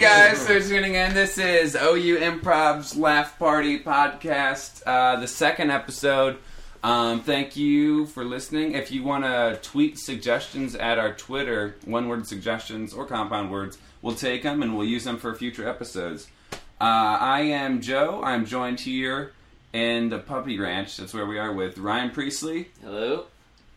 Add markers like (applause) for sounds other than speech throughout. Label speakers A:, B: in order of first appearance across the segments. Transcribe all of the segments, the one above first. A: guys for tuning in. This is OU Improv's Laugh Party podcast, uh, the second episode. Um, thank you for listening. If you want to tweet suggestions at our Twitter, one word suggestions or compound words, we'll take them and we'll use them for future episodes. Uh, I am Joe. I'm joined here in the Puppy Ranch. That's where we are with Ryan Priestley,
B: Hello.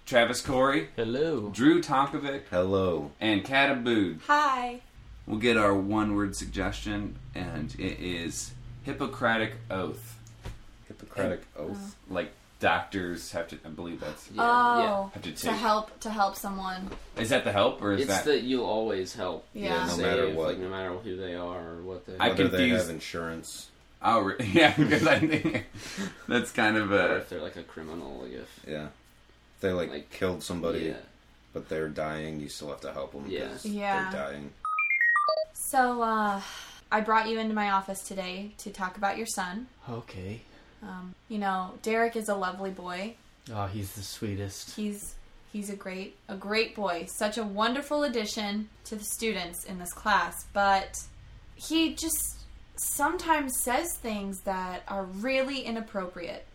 A: Travis Corey,
B: Hello.
A: Drew Tonkovic,
C: Hello.
A: and Katabood.
D: Hi.
A: We'll get our one word suggestion, and it is Hippocratic Oath. uh,
C: Hippocratic oath.
A: Like doctors have to, I believe that's.
B: Yeah,
D: oh,
A: Have to
D: to
A: take.
D: help to help someone.
A: Is that the help or is
B: It's
A: that?
B: that you'll always help.
D: Yeah.
B: You'll
D: No
C: matter
B: save,
C: what.
B: like, no matter who they are or what they.
A: I
B: are,
C: Whether they
A: confused-
C: have insurance.
A: Oh, re- (laughs) yeah, because I think that's kind of
B: or
A: a.
B: if they're like a criminal, like if
C: Yeah. If they like,
B: Like,
C: killed somebody,
B: yeah,
C: but they're dying, you still have to help them.
B: Yeah.
D: Yeah.
C: They're dying.
D: So, uh, I brought you into my office today to talk about your son.
E: Okay.
D: Um, you know, Derek is a lovely boy.
E: Oh, he's the sweetest.
D: He's he's a great a great boy. Such a wonderful addition to the students in this class, but he just sometimes says things that are really inappropriate.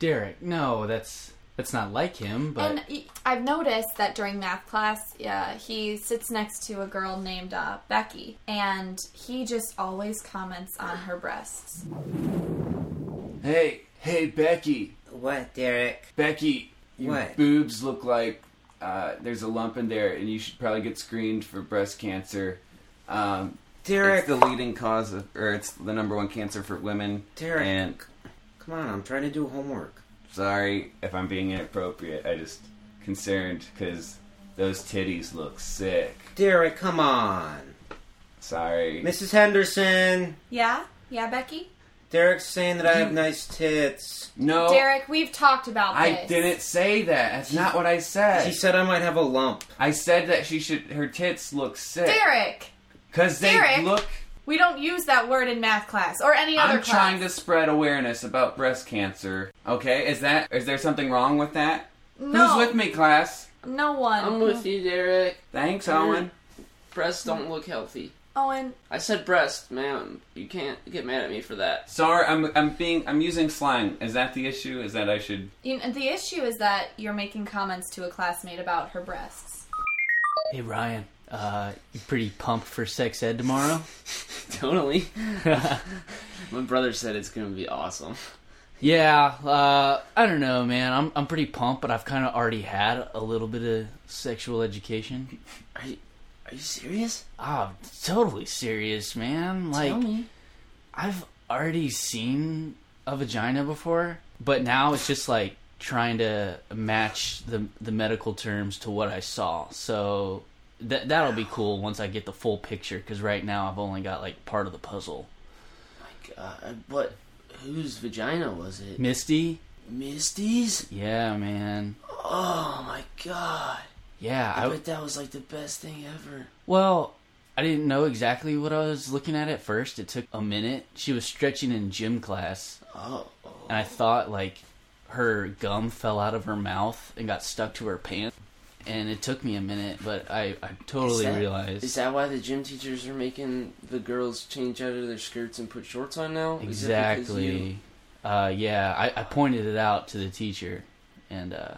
E: Derek, no, that's that's not like him, but
D: And he- I've noticed that during math class, yeah, he sits next to a girl named uh, Becky, and he just always comments on her breasts.
A: Hey, hey, Becky,
F: What, Derek?
A: Becky, your
F: What?
A: boobs look like uh, there's a lump in there, and you should probably get screened for breast cancer. Um, it's
F: Derek,
A: the leading cause of, or it's the number one cancer for women.
F: Derek.
A: And
F: come on, I'm trying to do homework.
A: Sorry if I'm being inappropriate. I just concerned because those titties look sick.
F: Derek, come on.
A: Sorry.
F: Mrs. Henderson,
D: Yeah, yeah, Becky.
F: Derek's saying that I have nice tits.
A: no,
D: Derek, we've talked about
A: Oh. I
D: this.
A: didn't say that. That's not what I said.
F: She said I might have a lump.
A: I said that she should. Her tits look sick
D: Derek,
A: because they
D: Derek,
A: look.
D: we don't use that word in math class or any other
A: I'm
D: class.
A: trying to spread awareness about breast cancer. Okay, is that is there something wrong with that?
D: no,
A: Who's with me, class?
D: no one.
B: I'm with you, Derek.
A: Thanks,
D: Mm-hmm.
B: Mm.
A: Owen.
B: Breasts don't look healthy.
D: Owen.
B: I said breast, ma'am. You can't get mad at me for that. (laughs)
A: Sorry, I'm I'm being I'm using slang. Is that the issue? Is that I should?
D: You know, the issue is that you're making comments to a classmate about her breasts.
E: hey Ryan, uh you pretty pumped for sex ed tomorrow?
B: Totally.
E: (laughs)
B: My brother said it's gonna be awesome.
E: yeah, uh I don't know, man. I'm I'm pretty pumped, but I've kind of already had a little bit of sexual education.
B: Are you, are you serious?
E: Oh, totally serious, man. Like
B: Tell me.
E: I've already seen a vagina before, but now it's just like trying to match the the medical terms to what I saw. So that that'll be cool once I get the full picture cuz right now I've only got like part of the puzzle.
B: My God, what? Whose vagina was it?
E: Misty?
B: Misty's?
E: Yeah, man.
B: Oh my God.
E: Yeah,
B: I
E: I
B: bet that was like the best thing ever.
E: well, I didn't know exactly what I was looking at at first. It took a minute. She was stretching in gym class
B: Oh,
E: and I thought like her gum fell out of her mouth and got stuck to her pants. And it took me a minute, but I, I totally
B: Is that-
E: realized.
B: is that why the gym teachers are making the girls change out of their skirts and put shorts on now? Is it because you,
E: exactly. Uh, yeah, I, I pointed it out to the teacher, and uh,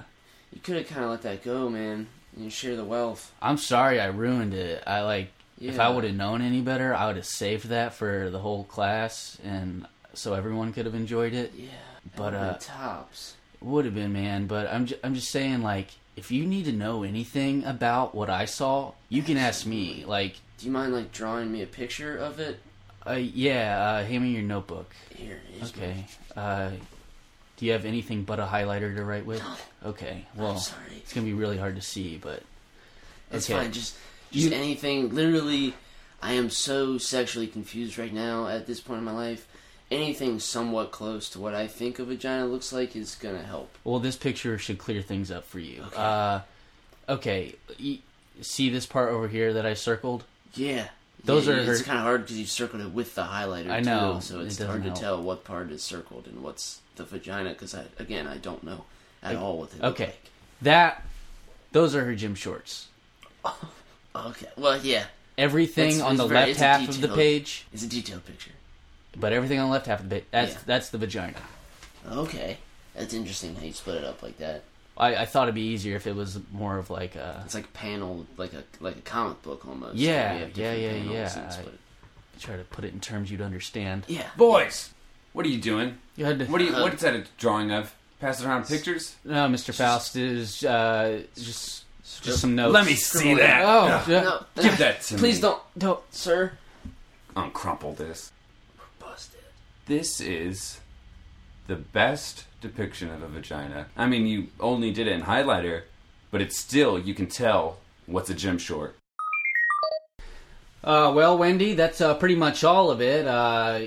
B: you could have kind of let that go, man. You share the wealth.
E: I'm sorry I ruined it. I like if
B: Yeah.
E: I would have known any better, I would have saved that for the whole class, and so everyone could have enjoyed it.
B: Yeah, and
E: But,
B: the
E: uh,
B: tops.
E: Would have been, man. But I'm ju- I'm just saying, like, if you need to know anything about what I saw, you can ask me. Like,
B: Do you mind like drawing me a picture of it?
E: uh, yeah, uh, hand me your notebook.
B: Here it is.
E: Okay. Uh, do you have anything but a highlighter to write
B: (gasps)
E: with? Okay.
B: man. I'm
E: Well,
B: sorry.
E: it's gonna be really hard to see, but
B: It's
E: okay.
B: fine. Just, just
E: You-
B: anything. Literally, I am so sexually confused right now at this point in my life. Anything somewhat close to what I think a vagina looks like is gonna help.
E: Well, this picture should clear things up for you. Uh, okay. y- see this part over here that I circled?
B: Yeah.
E: Those
B: Yeah,
E: are
B: It's
E: her-
B: kind of hard because you circled it with the highlighter.
E: I know,
B: Too, so
E: it
B: it's
E: doesn't
B: hard to
E: help.
B: tell what part is circled and what's the vagina. Because I, again, I don't know at all what they look
E: Okay. That. Those are her gym shorts.
B: like. Okay. Well, yeah.
E: everything
B: It's-
E: on
B: it's
E: the
B: very-
E: left
B: it's a
E: half of the
B: detail.
E: page,
B: It's a detailed picture.
E: but everything on the left half of the page. That's
B: Yeah.
E: that's the vagina.
B: Okay, that's interesting how you split it up like that.
E: I, I thought it'd be easier if it was more of like uh, a
B: It's like a panel, like a like a comic book almost.
E: Yeah,
B: We have
E: yeah,
B: different
E: yeah,
B: panels
E: yeah.
B: and split.
E: try to put it in terms you'd understand.
B: Yeah.
A: Boys, what are you doing?
E: You had to,
A: What are you?
B: Uh,
A: What's that a drawing of? Pass it around
B: (laughs)
A: pictures.
E: no, Mr. Faust is uh, just just some notes.
A: Let me see that.
E: Oh,
A: Ugh,
E: yeah.
B: No,
A: give that to me.
B: please don't, don't, sir.
A: uncrumple this.
B: Busted.
A: This is the best depiction of a vagina. I mean, you only did it in highlighter, but it's still you can tell what's a gym short.
E: Uh, well, Wendy, that's uh, pretty much all of it. Uh,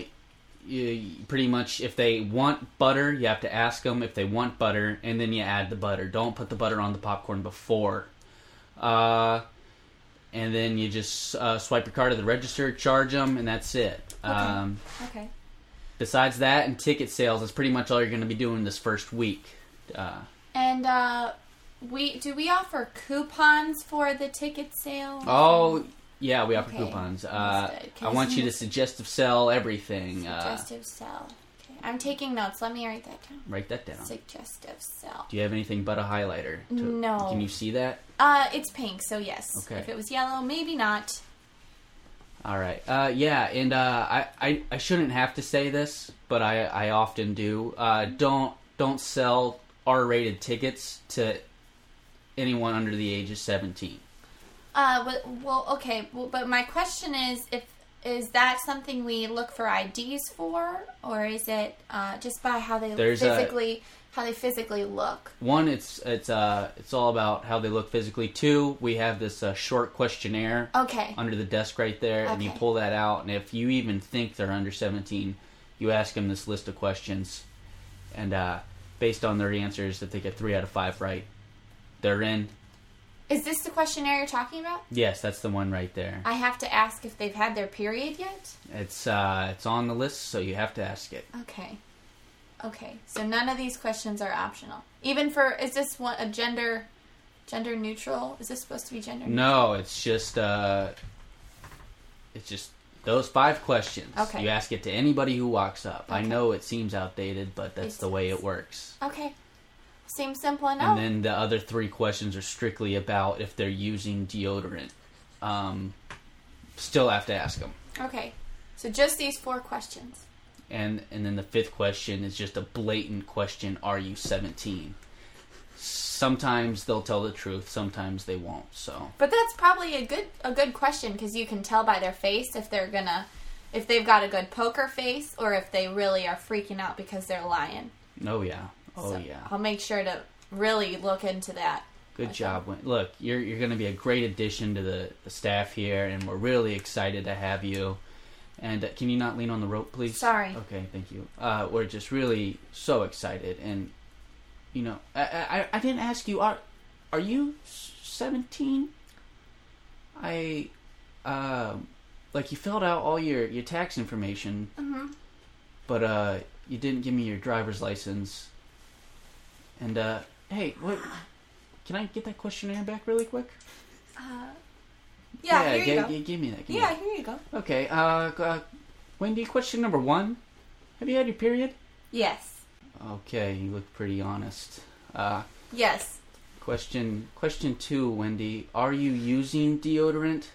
E: you, pretty much, if they want butter, you have to ask them if they want butter, and then you add the butter. Don't put the butter on the popcorn before. Uh, and then you just uh, swipe your card at the register, charge them, and that's it. Um,
D: Okay.
E: besides that, and ticket sales is pretty much all you're going to be doing this first week. Uh,
D: And uh, we do we offer coupons for the ticket sale?
E: oh, yeah, we offer
D: Okay.
E: coupons. Uh,
D: Understood.
E: I want you to suggestive sell everything. Uh,
D: suggestive sell. Okay. I'm taking notes. Let me write that down.
E: write that down.
D: Suggestive sell.
E: Do you have anything but a highlighter? To,
D: No.
E: Can you see that?
D: Uh, it's pink, so yes.
E: Okay.
D: If it was yellow, maybe not.
E: All right. Uh, yeah, and uh, I, I I shouldn't have to say this, but I I often do. Uh, don't don't sell R-rated tickets to anyone under the age of seventeen.
D: Uh, but, well, okay. Well, but my question is, if is that something we look for IDs for, or is it uh, just by how they
E: There's a-
D: physically how they physically look?
E: One, it's it's uh it's all about how they look physically. Two, we have this uh, short questionnaire
D: Okay.
E: under the desk right there, and you
D: Okay.
E: pull that out. And if you even think they're under 17, you ask them this list of questions, and uh, based on their answers, if they get three out of five right, they're in.
D: Is this the questionnaire you're talking about?
E: Yes, that's the one right there.
D: I have to ask if they've had their period yet.
E: It's uh, it's on the list, so you have to ask it.
D: Okay. Okay. So none of these questions are optional. Even for is this one a gender gender neutral? Is this supposed to be gender neutral?
E: No, it's just uh, it's just those five questions.
D: Okay.
E: You ask it to anybody who walks up. I
D: Okay.
E: know it seems outdated, but that's
D: It
E: the way
D: does.
E: it works.
D: Okay. Seems simple enough.
E: And then the other three questions are strictly about if they're using deodorant. Um, still have to ask them.
D: okay. So just these four questions.
E: And and then the fifth question is just a blatant question: Are you seventeen? Sometimes they'll tell the truth. Sometimes they won't. So
D: But that's probably a good a good question because you can tell by their face if they're gonna if they've got a good poker face or if they really are freaking out because they're lying.
E: oh yeah, oh
D: So
E: yeah.
D: I'll make sure to really look into that.
E: Good job. Wen- Look, you're you're going to be a great addition to the, the staff here, and we're really excited to have you. And uh, can you not lean on the rope, please?
D: Sorry.
E: Okay, thank you. Uh, we're just really so excited, and you know, I I, I- I didn't ask you. Are are you seventeen? I, um, like you filled out all your your tax information,
D: Mm-hmm.
E: but uh, you didn't give me your driver's license. And uh, hey, what? Can I get that questionnaire back really quick?
D: Uh, yeah, Here you
E: g-
D: go.
E: g- give me that. give me
D: yeah, here you go.
E: that. Okay. Uh, g- uh, Wendy, question number one. Have you had your period?
D: Yes.
E: Okay, you look pretty honest. Uh,
D: Yes.
E: question question two, Wendy. Are you using deodorant?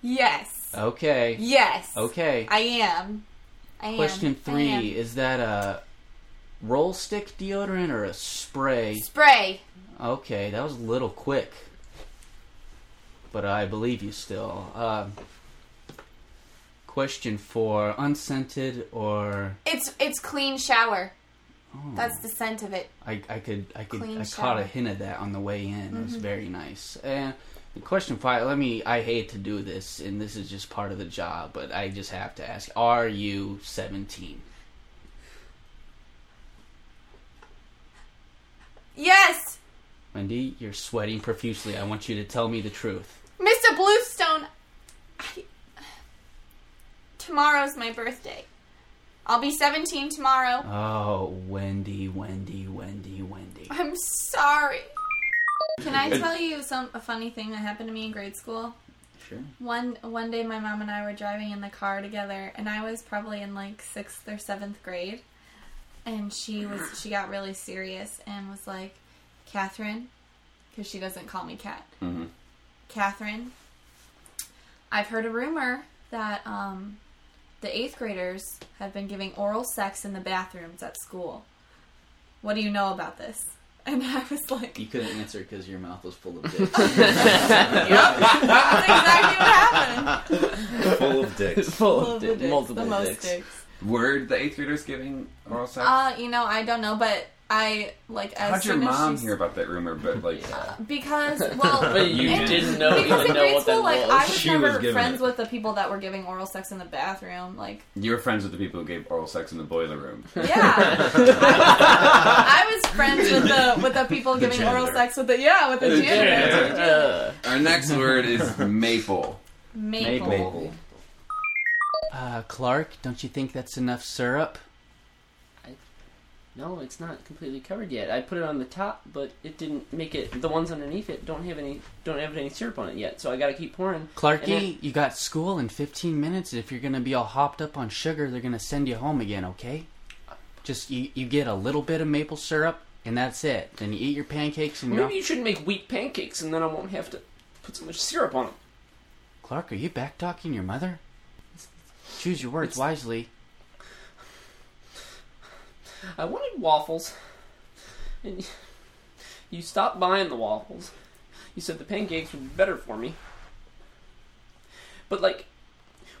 D: Yes.
E: Okay.
D: Yes.
E: Okay.
D: I am. I am.
E: question
D: I
E: three.
D: am.
E: Is that a roll stick deodorant or a spray?
D: Spray.
E: Okay, that was a little quick. But I believe you still. Uh, question four unscented or.
D: It's it's clean shower.
E: Oh,
D: That's the scent of it.
E: I, I could. I could.
D: Clean
E: I
D: shower.
E: caught a hint of that on the way in. It was very nice. And question five let me. I hate to do this, and this is just part of the job, but I just have to ask Are you 17?
D: Yes,
E: Wendy, you're sweating profusely. I want you to tell me the truth.
D: Mr. Bluestone. I, tomorrow's my birthday. I'll be 17 tomorrow.
E: Oh, Wendy, Wendy, Wendy, Wendy.
D: I'm sorry. Can I tell you some a funny thing that happened to me in grade school?
E: Sure.
D: One one day, my mom and I were driving in the car together, and I was probably in like sixth or seventh grade, and she
E: (clears throat)
D: was she got really serious and was like, "Catherine," because she doesn't call me Cat.
E: Mm-hmm.
A: Mhm.
D: Catherine, I've heard a rumor that um, the eighth graders have been giving oral sex in the bathrooms at school. What do you know about this? (laughs) And I was like,
E: (laughs) You couldn't answer because your mouth was full of (laughs) dicks.
D: "That's exactly what happened."
C: (laughs) Full
B: (laughs)
C: of dicks.
E: full
D: Full
E: of
D: of
E: dick,
D: the dicks,
E: multiple
D: the most
E: dicks.
D: dicks.
A: Word the eighth graders giving oral sex.
D: Uh, you know, I don't know, but I like as
A: How'd your
D: soon as
A: mom
D: she-
A: hear about that rumor? But like,
D: (laughs) Because well,
B: But you
D: and-
B: didn't know
D: because
B: even
D: in
B: know
D: grade
B: what that
D: school, like I
B: was.
D: was
C: She was
D: never
C: given
D: friends
C: it.
D: with the people that were giving oral sex in the bathroom. Like,
B: (laughs)
A: you were friends with the people who gave oral sex in the boiler room.
D: yeah, I, was, I was friends with the with the people giving oral
A: janitor.
D: sex with the yeah with the
B: (laughs)
A: The
D: janitor.
A: janitor. Our next word
D: (laughs)
A: is maple.
D: Maple.
C: Maple.
E: Uh, Clark, don't you think that's enough syrup?
B: No, it's not completely covered yet. I put it on the top, but it didn't make it. The ones underneath it don't have any don't have any syrup on it yet. So I gotta keep pouring. And
E: Clarky, you got school in 15 minutes. If you're going to be all hopped up on sugar, they're going to send you home again, okay? Just you, you get a little bit of maple syrup, and that's it. Then you eat your pancakes and you're
B: Maybe you should make wheat pancakes, and then I won't have to put so much syrup on them.
E: Clark, are you back talking your mother? Choose your words wisely.
B: I wanted waffles, and y- you stopped buying the waffles. You said the pancakes would be better for me, but like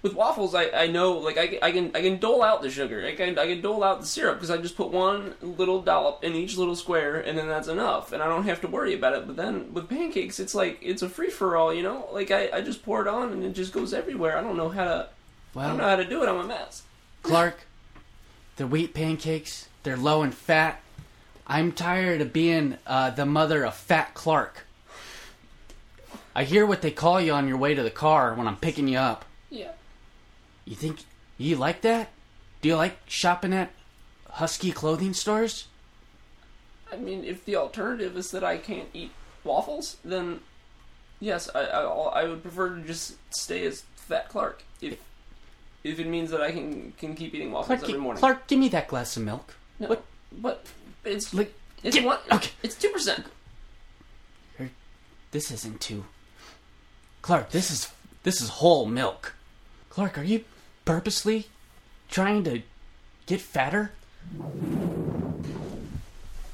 B: with waffles, I, I know like I, ca- I can I can dole out the sugar. I can I can dole out the syrup because I just put one little dollop in each little square, and then that's enough, and I don't have to worry about it. But then with pancakes, it's like it's a free for all, you know. Like I, I just pour it on, and it just goes everywhere. I don't know how to I don't know
E: Well,
B: how to do it. I'm a mess.
E: Clark, the wheat pancakes, they're low in fat. I'm tired of being uh, the mother of Fat Clark. I hear what they call you on your way to the car when I'm picking you up.
B: Yeah.
E: You think you like that? Do you like shopping at husky clothing stores?
B: I mean, if the alternative is that I can't eat waffles, then yes, I I, I would prefer to just stay as Fat Clark if if it means that I can can keep eating waffles
E: Clark,
B: every morning.
E: Clark, give me that glass of milk.
B: no,
E: what-
B: But it's
E: Like,
B: it's
E: get-
B: one.
E: okay.
B: It's two percent.
E: This isn't too. Clark, this is this is whole milk. Clark, are you purposely trying to get fatter?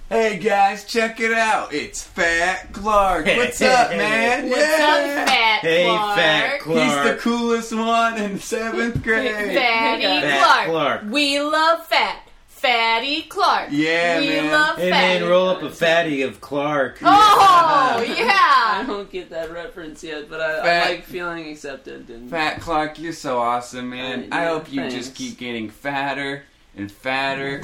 A: Hey guys, check it out. It's Fat Clark.
D: (laughs)
A: What's up, man?
D: What's
A: Yeah.
D: up, Fat
F: Hey,
D: Clark?
F: Fat Clark.
A: He's the coolest one in seventh grade.
D: Fatty
F: Fat
D: Clark.
F: Clark.
D: We love fat. Fatty Clark.
A: Yeah,
D: we
A: man.
D: love
F: Hey
D: fatty.
F: man, roll up a fatty of Clark.
D: Oh
B: I (laughs)
D: yeah.
B: don't get that reference yet, but I,
A: Fat-
B: I like feeling accepted. And
A: Fat Clark, you're so awesome, man.
B: Uh,
A: I
B: yeah,
A: hope you
B: thanks.
A: just keep getting fatter and fatter.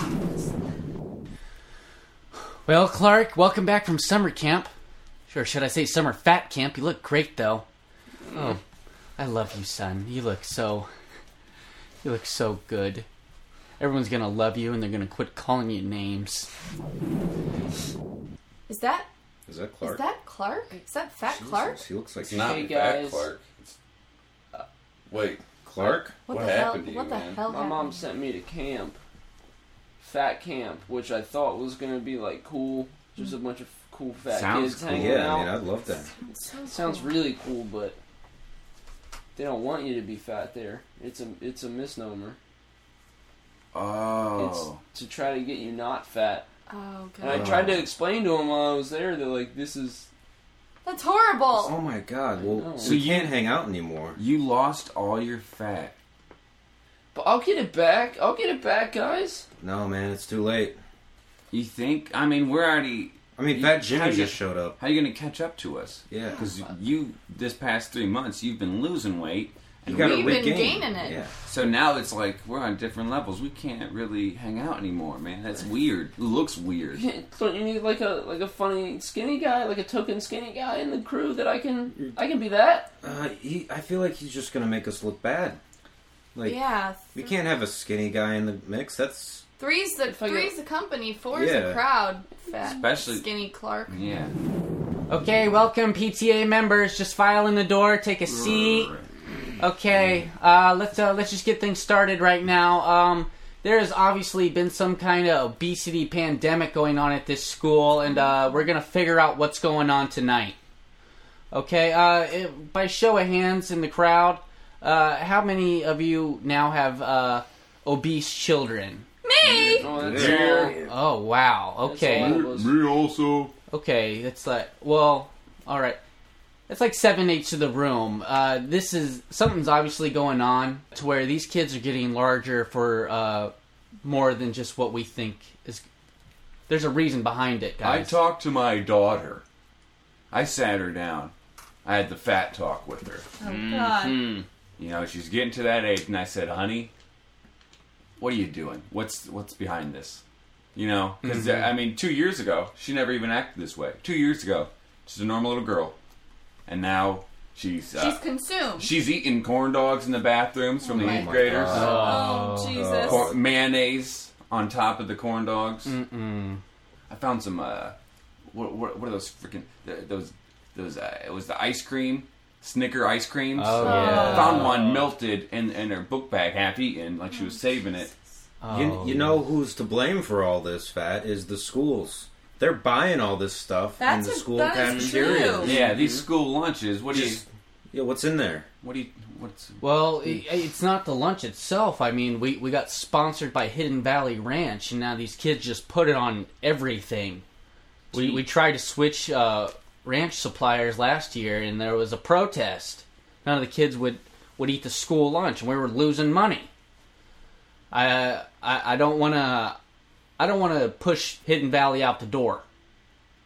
E: Well, Clark, welcome back from summer camp. Sure, should I say summer fat camp? You look great, though. Oh, I love you, son. You look so. You look so good. Everyone's gonna love you, and they're gonna quit calling you names.
D: Is that
C: Is that Clark?
D: is that Clark? Is that Fat
C: Jesus,
D: Clark?
C: He looks like
A: It's not
B: Hey,
A: Fat
B: guys.
A: Clark. It's... uh, Wait,
C: Clark.
D: What,
A: What
D: the hell?
A: happened to
D: what
A: you,
D: the
A: man?
D: hell?
B: my mom sent me to camp, fat camp, which I thought was gonna be like cool, just a bunch of cool fat
A: Sounds
B: kids
A: cool.
B: hanging
C: Yeah,
B: out.
C: I mean, I'd love that.
D: happened?
B: Sounds really cool, but they don't want you to be fat there. It's a it's a misnomer.
A: Oh.
B: It's to try to get you not fat.
D: Oh
B: And I
D: god,
B: tried to explain to them while I was there that like this is
D: that's horrible.
C: Oh my God.
B: I
C: Well,
B: know.
C: we can't hang out anymore.
A: You lost all your fat.
B: but I'll get it back. I'll get it back, guys. (laughs)
C: No, man, it's too late.
A: You think? I mean, we're already.
C: I mean,
A: You-
C: Fat
A: how
C: Jimmy
A: you-
C: just showed up.
A: How you going to catch up to us?
C: Yeah,
A: Because you, this past three months, you've been losing weight.
C: you
A: And
C: gotta
D: We've
A: we-
D: been
C: regain.
D: gaining it.
C: Yeah,
A: so now it's like we're on different levels. We can't really hang out anymore, man. That's weird. It looks weird.
B: (laughs) Don't you need like a like a funny skinny guy, like a token skinny guy in the crew that I can I can be that?
C: uh, he. I feel like he's just gonna make us look bad. Like
D: Yeah,
C: we can't have a skinny guy in the mix. That's
D: three's the
B: If I go-
D: three's the company, four's
C: Yeah.
D: the crowd. Fat,
A: Especially-
D: skinny Clark.
A: Yeah.
E: Okay, welcome PTA members. Just file in the door, take a seat. Okay, uh, let's uh, let's just get things started right now. Um, there has obviously been some kind of obesity pandemic going on at this school, and uh, we're gonna figure out what's going on tonight. Okay, uh, it, by show of hands in the crowd, uh, how many of you now have uh, obese children?
D: Me!
B: Oh, that's
A: Yeah.
E: Oh wow.
B: all- that's
E: Okay.
B: all that was.
G: also.
E: Okay, that's like well, all right. That's like seven eighths of the room. Uh, this is something's obviously going on to where these kids are getting larger for uh, more than just what we think is. There's a reason behind it,
A: I
E: guys.
A: talked to my daughter. I sat her down. I had the fat talk with her.
D: Oh, God.
A: You know, she's getting to that age, and I said, "Honey, what are you doing? What's what's behind this? You know, because
D: Mm-hmm.
A: I mean, two years ago, she never even acted this way. Two years ago, she's a normal little girl, and now she's uh,
D: She's consumed.
A: she's, eating corn dogs in the bathrooms from the
D: my
A: eighth graders,
C: God.
D: oh, Jesus.
A: Cor- mayonnaise on top of the corn dogs.
E: Mm-mm.
A: I found some. Uh, what, what, what are those freaking th- those those? Uh, it was the ice cream, Snicker ice creams.
E: Oh
D: yeah.
A: Found one melted in in her book bag, half eaten, like she was saving it.
E: Oh,
C: You, you know who's to blame for all this, Fat, is the schools. They're buying all this stuff
D: That's
C: in the
D: a-
C: school
D: that is true.
C: cafeteria.
A: Yeah, these school lunches. What do you?
C: Just- Yeah, what's in there?
A: What do you? What's?
E: Well, i it's not the lunch itself. I mean, we we got sponsored by Hidden Valley Ranch, and now these kids just put it on everything. We we tried to switch uh, ranch suppliers last year, and there was a protest. None of the kids would would eat the school lunch, and we were losing money. I I, I don't want to I don't want to push Hidden Valley out the door.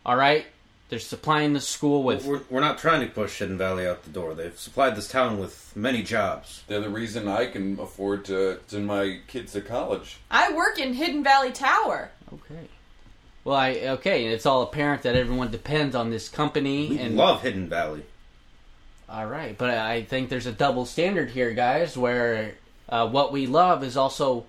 E: All right, they're supplying the school with
C: We're, we're not trying to push Hidden Valley out the door. They've supplied this town with many jobs.
G: They're the reason I can afford to send my kids to college.
D: I work in Hidden Valley Tower.
E: Okay. Well, I okay, and it's all apparent that everyone depends on this company.
C: We
E: and
C: love Hidden Valley.
E: all right, but I think there's a double standard here, guys, where uh, what we love is also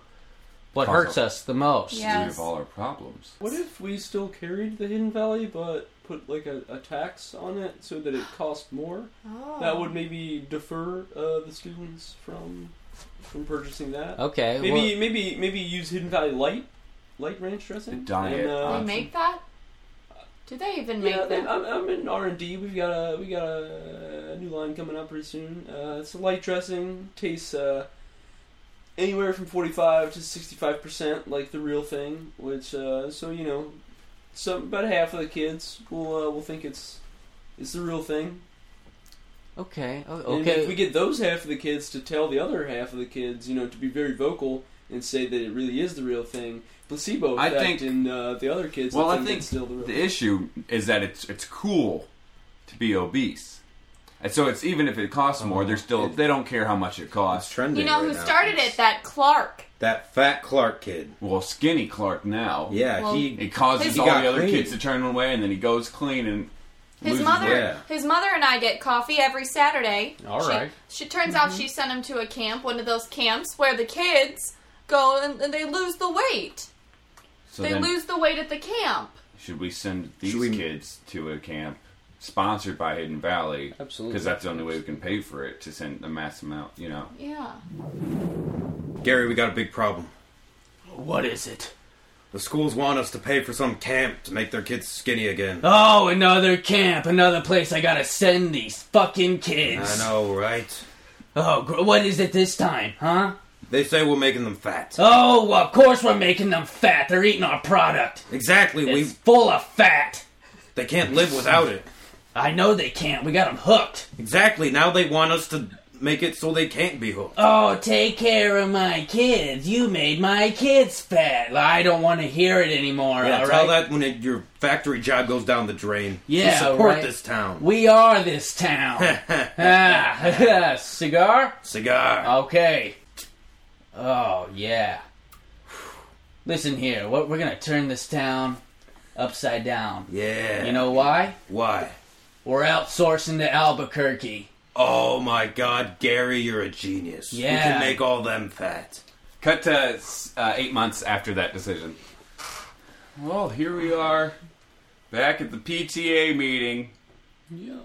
E: what
A: Cause
E: hurts us the most.
D: Yeah. Yes.
A: of all our problems.
B: What if we still carried the Hidden Valley, but put like a, a tax on it so that it cost more?
D: Oh.
B: That would maybe defer uh, the students from from purchasing that.
E: Okay.
B: Maybe maybe maybe use Hidden Valley light light ranch
A: The
B: dressing.
A: diet
B: And, uh,
D: They make that? Do they even make
B: yeah, they-
D: that?
B: I'm, I'm in R and D. We've got a we got a new line coming up pretty soon. Uh, it's a light dressing. Tastes uh, anywhere from 45 to 65 percent, like the real thing. Which uh, so you know, some about half of the kids will uh, will think it's it's the real thing.
E: Well, okay. o-
B: And
E: Okay.
B: if we get those half of the kids to tell the other half of the kids, you know, to be very vocal and say that it really is the real thing, placebo
A: I think-
B: effect in uh, the other kids.
A: Well, I
B: think,
A: think
B: it's still the real.
A: The issue is that it's it's cool to be obese, and so it's even if it costs more, they're
C: Oh,
A: still they don't care how much it
C: It's
A: costs.
C: trending.
D: You know
C: right
D: who
C: now.
D: started it? That Clark.
C: That fat Clark kid.
A: Well, skinny Clark
E: Oh,
A: now.
C: Yeah,
D: Well-
C: he.
A: It causes
D: He
A: all
C: got
A: the other
C: clean.
A: kids to turn away, and then he goes clean and
D: His
A: loses
D: mother,
A: weight.
C: Yeah.
D: his mother and I get coffee every Saturday.
E: All
D: she,
E: right.
D: She turns out she sent him to a camp, one of those camps where the kids go and, and they lose the weight.
A: So
D: they
A: then,
D: lose the weight at the camp.
A: should we send these
C: Should we-
A: kids to a camp sponsored by Hidden Valley?
B: Absolutely.
A: Because that's the only way we can pay for it to send a mass amount. You know,
D: Yeah.
C: Gary, we got a big problem.
E: what is it?
C: The schools want us to pay for some camp to make their kids skinny again.
E: Oh, another camp, another place I gotta send these fucking
C: I
E: kids.
C: know, right?
E: Oh, gr- what is it this time, huh?
C: They say we're making them fat.
E: Oh, of course we're making them fat. They're eating our product.
C: Exactly.
E: It's
C: We
E: full of fat.
C: they can't live without it.
E: I know they can't. We got them hooked.
C: Exactly. Now they want us to make it so they can't be hooked.
E: Oh, take care of my kids. You made my kids fat. I don't want to hear it anymore.
C: Yeah,
E: all
C: tell
E: Oh, right?
C: that when it, your factory job goes down the drain.
E: Yeah,
C: we support
E: right.
C: this town.
E: We are this (laughs) town. ah, (laughs) cigar.
C: (laughs) Cigar.
E: Okay. Oh yeah. Listen here. What we're gonna turn this town upside down.
C: yeah.
E: You know why?
C: why?
E: We're outsourcing to Albuquerque.
C: Oh my God, Gary, you're a genius. we
E: Yeah.
C: can make all them fat.
A: cut to uh, eight months after that decision. Well, here we are, back at the PTA meeting,
B: Yeah.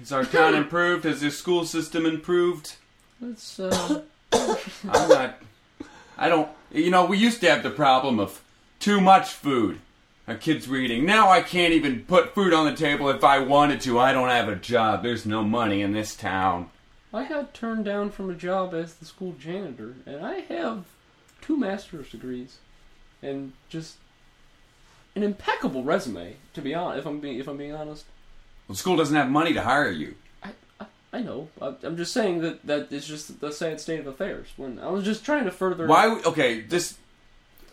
A: Has our town improved? Has their school system improved?
B: Let's uh, (coughs)
A: I'm not. I don't. You know, we used to have the problem of too much food. Our kids were eating. Now I can't even put food on the table if I wanted to. I don't have a job. There's no money in this town.
B: I got turned down from a job as the school janitor, and I have two master's degrees and just an impeccable resume. To be honest, if I'm being if I'm being honest,
A: Well, school doesn't have money to hire you.
B: I I, I know. I, I'm just saying that that is just the sad state of affairs. When I was just trying to further
A: Why? would- Okay, this.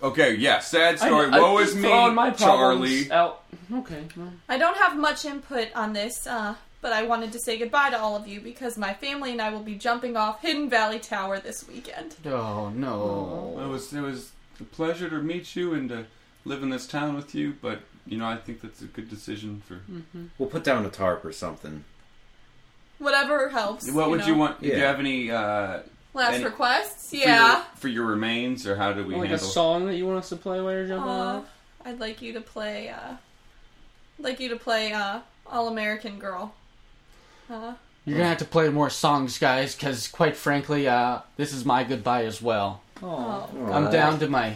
A: Okay, yeah, sad story.
B: I, I
A: Woe
B: keep
A: is me,
B: throwing my problems
A: Charlie.
B: Out. Okay. Well,
D: I don't have much input on this, uh, but I wanted to say goodbye to all of you because my family and I will be jumping off Hidden Valley Tower this weekend.
E: Oh no.
A: Well, it was it was a pleasure to meet you and to live in this town with you. But you know, I think that's a good decision for.
C: We'll put down a tarp or something.
D: Whatever helps.
A: What would
D: know.
A: you want? Do you
C: Yeah.
A: have any? uh...
D: Last
A: Any-
D: requests?
A: for your-
D: Yeah.
A: For your, remains, or how do we
B: like a
A: handle?
B: song that you want us to play while you're jumping
D: Uh,
B: off.
D: I'd like you to play. Uh, I'd like you to play uh, All American Girl. Uh,
E: You're gonna have to play more songs, guys, because quite frankly, uh, this is my goodbye as well.
B: Oh.
D: oh.
E: I'm down to my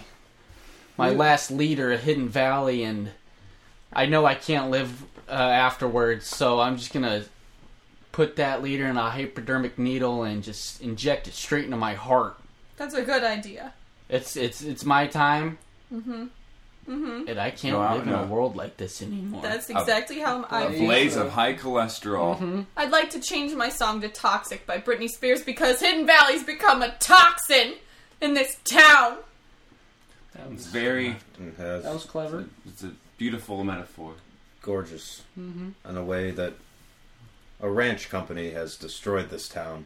E: my last leader at Hidden Valley, and I know I can't live uh, afterwards, so I'm just gonna put that leader in a hypodermic needle and just inject it straight into my heart.
D: That's a good idea.
E: It's it's it's my time. Mm-hmm. And I can't
A: No, I-
E: live
A: no.
E: in a world like this anymore.
D: That's exactly how I.
A: A blaze of high cholesterol.
D: I'd like to change my song to Toxic by Britney Spears because Hidden Valley's become a toxin in this town.
B: That
A: It's
B: was,
A: very.
C: It
B: that was
C: has
B: clever.
A: It's a beautiful metaphor.
C: gorgeous in a way that a ranch company has destroyed this town,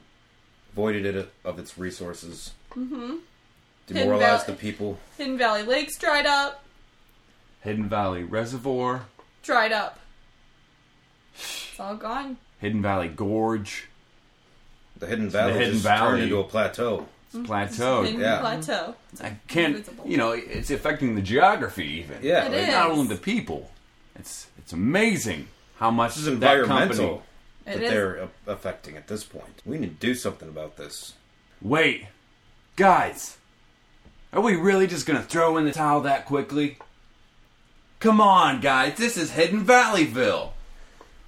C: voided it of its resources, mm-hmm. demoralized the
D: Hidden Valley.
C: people.
D: Hidden Valley Lake's dried up.
A: Hidden Valley Reservoir,
D: Dried up. It's all gone.
A: Hidden Valley Gorge,
C: The Hidden Valley
A: Hidden
C: just
A: Valley.
C: turned into a plateau.
D: Mm-hmm.
A: Plateau.
D: Hidden
C: Oh, yeah.
D: Plateau.
A: I can't. You know, it's affecting the geography even.
C: Yeah,
D: It
C: like,
D: is.
A: Not only the people. It's it's amazing how much
C: this is
A: that
C: environmental
A: company.
D: It
C: that
D: is.
C: they're a- affecting at this point. We need to do something about this.
A: Wait, guys, are we really just gonna throw in the towel that quickly? Come on, guys, this is Hidden Valleyville.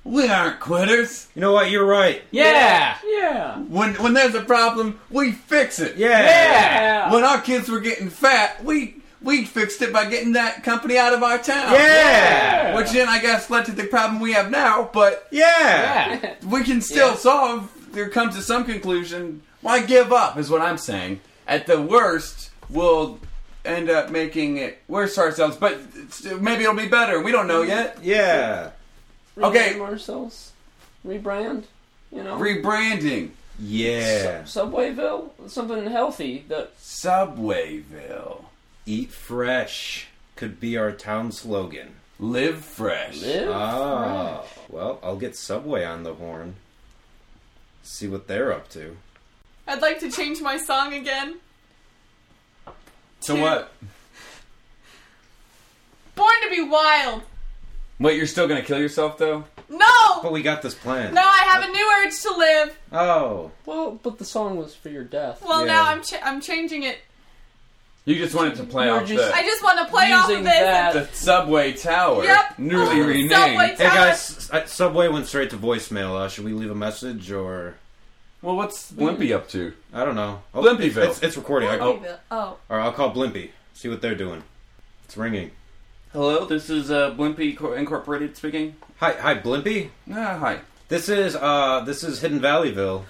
A: We aren't quitters.
C: You know what? You're right.
E: yeah.
B: Yeah.
A: When when there's a problem, we fix it.
C: Yeah.
B: Yeah.
A: When our kids were getting fat, we we fixed it by getting that company out of our town.
C: Yeah.
A: Which then I guess led to the problem we have now, but
C: Yeah.
E: Yeah.
A: we can still
B: Yeah.
A: solve there comes to some conclusion. Why give up is what I'm saying. At the worst, we'll end up making it worse for ourselves, but it's- maybe it'll be better. We don't know yet.
C: Yeah.
A: Okay.
B: Rename ourselves. Rebrand. You know.
A: Rebranding
C: Yeah.
B: Subwayville. Something healthy. That
A: Subwayville.
C: Eat fresh could be our town slogan.
A: Live fresh.
B: live.
C: Ah, well, I'll get Subway on the horn. See what they're up to.
D: I'd like to change my song again.
A: So what?
D: Born to be wild.
A: Wait, you're still gonna kill yourself though?
C: But
D: No!
C: Oh, we got this plan.
D: No, I have a new urge to live.
C: Oh,
B: Well, but the song was for your death.
D: Well,
C: Yeah.
D: now I'm ch- I'm changing it.
A: You just wanted to play
B: You were
A: off
B: just-
C: Uh,
A: the,
D: I just want to play off of
B: Using
D: this.
B: that-
A: the subway tower,
D: Yep.
A: newly
D: Oh,
A: renamed.
D: (laughs) Subway
C: hey
D: Tower.
C: guys, S- uh, Subway went straight to voicemail. Uh, should we leave a message or
A: Well, what's Blimpy up to?
C: I don't know? Oh,
A: Blimpyville.
C: It's, it's recording. I,
A: Oh.
D: Oh,
C: Or I'll call Blimpy. See what they're doing. It's ringing.
A: Hello, this is uh, Blimpy Co- Incorporated speaking.
C: Hi, hi, Blimpy.
A: Ah, hi.
C: This is uh, this is Hidden Valleyville.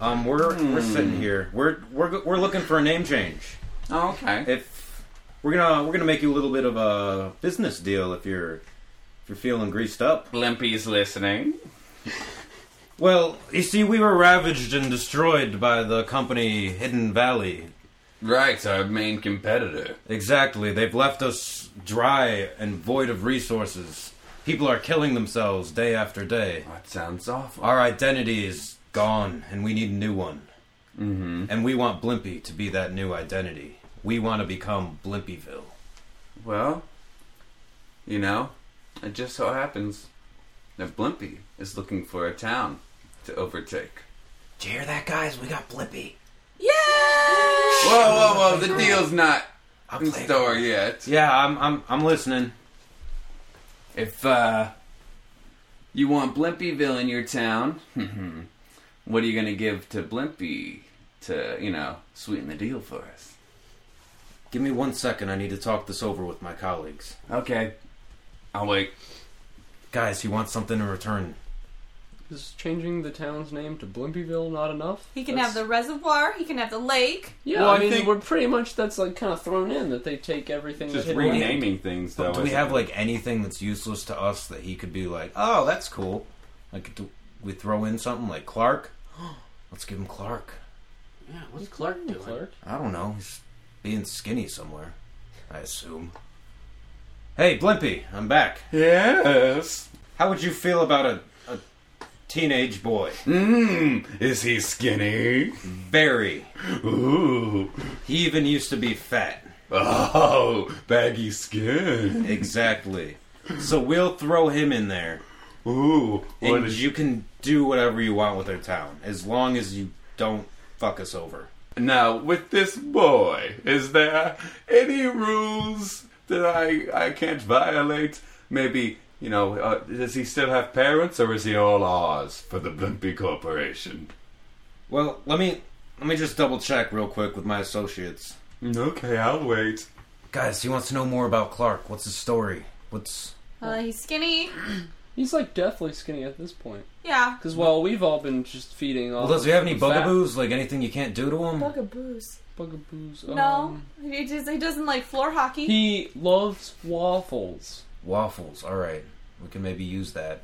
C: Um, we're we're sitting here. We're we're go- we're looking for a name change.
A: Oh, okay.
C: if we're gonna we're gonna make you a little bit of a business deal if you're if you're feeling greased up.
A: Blimpy's listening.
C: Well, you see, we were ravaged and destroyed by the company Hidden Valley.
A: Right, our main competitor.
C: Exactly, they've left us dry and void of resources. People are killing themselves day after day.
A: That sounds awful.
C: Our identity is gone, and we need a new one. Mm-hmm. And we want Blimpy to be that new identity. We want to become Blimpyville.
A: Well, you know, it just so happens
H: that Blimpy is looking for a town to overtake.
I: Did you hear that, guys? We got Blippy.
H: Whoa, whoa, whoa! The deal's not
I: I'll
H: in
I: play.
H: store yet.
C: Yeah, I'm I'm I'm listening.
H: If uh, you want Blimpyville in your town, (laughs) what are you going to give to Blimpy to, you know, sweeten the deal for us?
C: Give me one second. I need to talk this over with my colleagues.
H: Okay. I'll wait.
C: Guys, he wants something in return.
B: Is changing the town's name to Blimpyville not enough?
D: He can
B: That's-
D: have the reservoir. He can have the lake.
B: Yeah,
A: Well,
B: I
A: I
B: mean,
A: think-
B: we're pretty much that's like kind of thrown in that they take everything.
A: Just
B: that hit Atlantic.
A: renaming things, though.
C: do we
A: isn't
C: have
A: it?
C: like anything that's useless to us that he could be like, oh, that's cool? Like, do we throw in something
J: (gasps)
C: like Clark? Let's give him Clark.
J: Yeah, what's Clark doing?
B: Clark.
C: I don't know. He's being skinny somewhere. I assume. Hey, Blimpy, I'm back.
A: Yes.
C: How would you feel about a, a teenage boy?
A: Mmm. Is he skinny?
C: Very.
A: Ooh.
C: He even used to be fat.
A: Oh, baggy skin.
C: Exactly. So we'll throw him in there,
A: Ooh. What
C: and
A: is
C: you can do whatever you want with our town, as long as you don't fuck us over.
A: Now, with this boy, is there any rules that I I can't violate? Maybe you know, uh, does he still have parents, or is he all ours for the Blimpy Corporation?
C: Well, let me let me just double check real quick with my associates.
A: Okay, I'll wait.
C: Guys, he wants to know more about Clark. What's his story? What's
D: Uh, he's skinny.
B: He's like deathly skinny at this point.
D: Yeah.
B: Because while we've all been just feeding all.
C: well, does he have any
B: the fat
C: bugaboos? Like anything you can't do to him?
D: Bugaboos.
B: Bugaboos.
D: No,
B: um,
D: he, just, he doesn't like floor hockey.
B: He loves waffles.
C: Waffles. All right, we can maybe use that.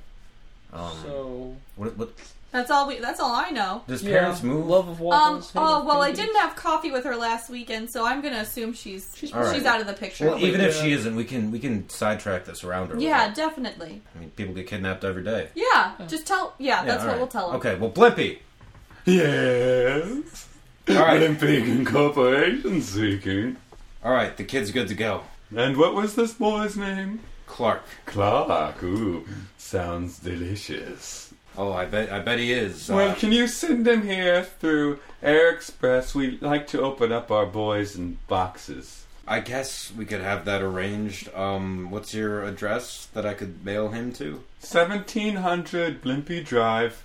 C: Um,
B: So
C: what, what
D: that's all. We, that's all I know.
C: does
B: yeah,
C: parents move?
B: Love of
D: Um.
B: waffles. hate
D: Oh
B: of
D: well, I
B: pancakes.
D: didn't have coffee with her last weekend, so I'm gonna assume she's she's,
C: All right.
D: out of the picture.
C: well, even if
B: yeah.
C: she isn't, we can we can sidetrack this around her. a
D: yeah,
C: little.
D: definitely.
C: I mean, people get kidnapped every day.
D: Yeah, just tell. Yeah, that's what
C: all right.
D: we'll tell him.
C: Okay, well, Blimpy.
A: Yes.
C: All right,
A: Blimpy Corporation seeking.
C: all right. The kid's good to go.
A: And what was this boy's name?
C: Clark.
A: Clark. Ooh, sounds delicious.
C: Oh, I bet I bet he is. Uh,
A: Well, can you send him here through Air Express? We like to open up our boys in boxes.
C: I guess we could have that arranged. Um, what's your address that I could mail him to?
A: 1700 Blimpy Drive,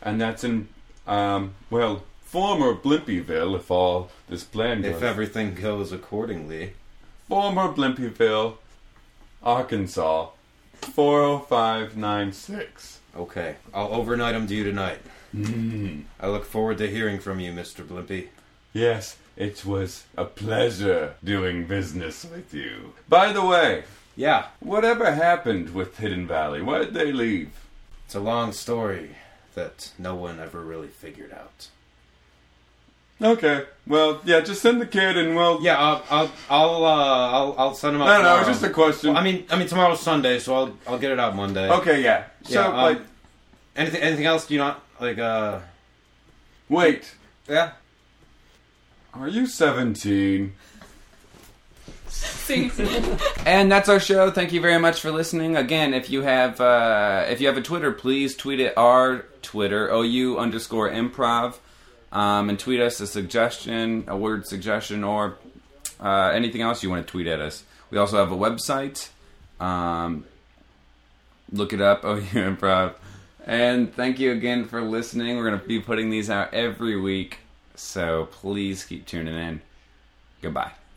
A: and that's in, um, well, former Blimpyville, if all this plan goes.
C: If everything goes accordingly.
A: former Blimpyville, Arkansas, 40596.
C: Okay, I'll overnight him to you tonight. I look forward to hearing from you, Mr. Blimpy.
A: Yes, it was a pleasure doing business with you. By the way,
C: Yeah,
A: whatever happened with Hidden Valley? Why did they leave?
C: it's a long story that no one ever really figured out.
A: Okay, well, yeah, just send the kid and we'll.
C: Yeah, I'll I'll I'll uh, I'll, I'll send him out.
A: No, no,
C: tomorrow.
A: it's just a question.
C: Well, I mean, I mean tomorrow's Sunday, so I'll I'll get it out Monday.
A: okay, yeah. So,
C: Yeah, um,
A: like,
C: Anything anything else? Do you not like uh?
A: wait,
C: Yeah.
A: are you 17?
H: And that's our show. Thank you very much for listening. Again, if you have uh, if you have a Twitter, please tweet at our Twitter ou underscore improv, um, and tweet us a suggestion, a word suggestion, or uh, anything else you want to tweet at us. We also have a website. Um, look it up, (laughs) ou improv. And thank you again for listening. We're going to be putting these out every week, so please keep tuning in. Goodbye.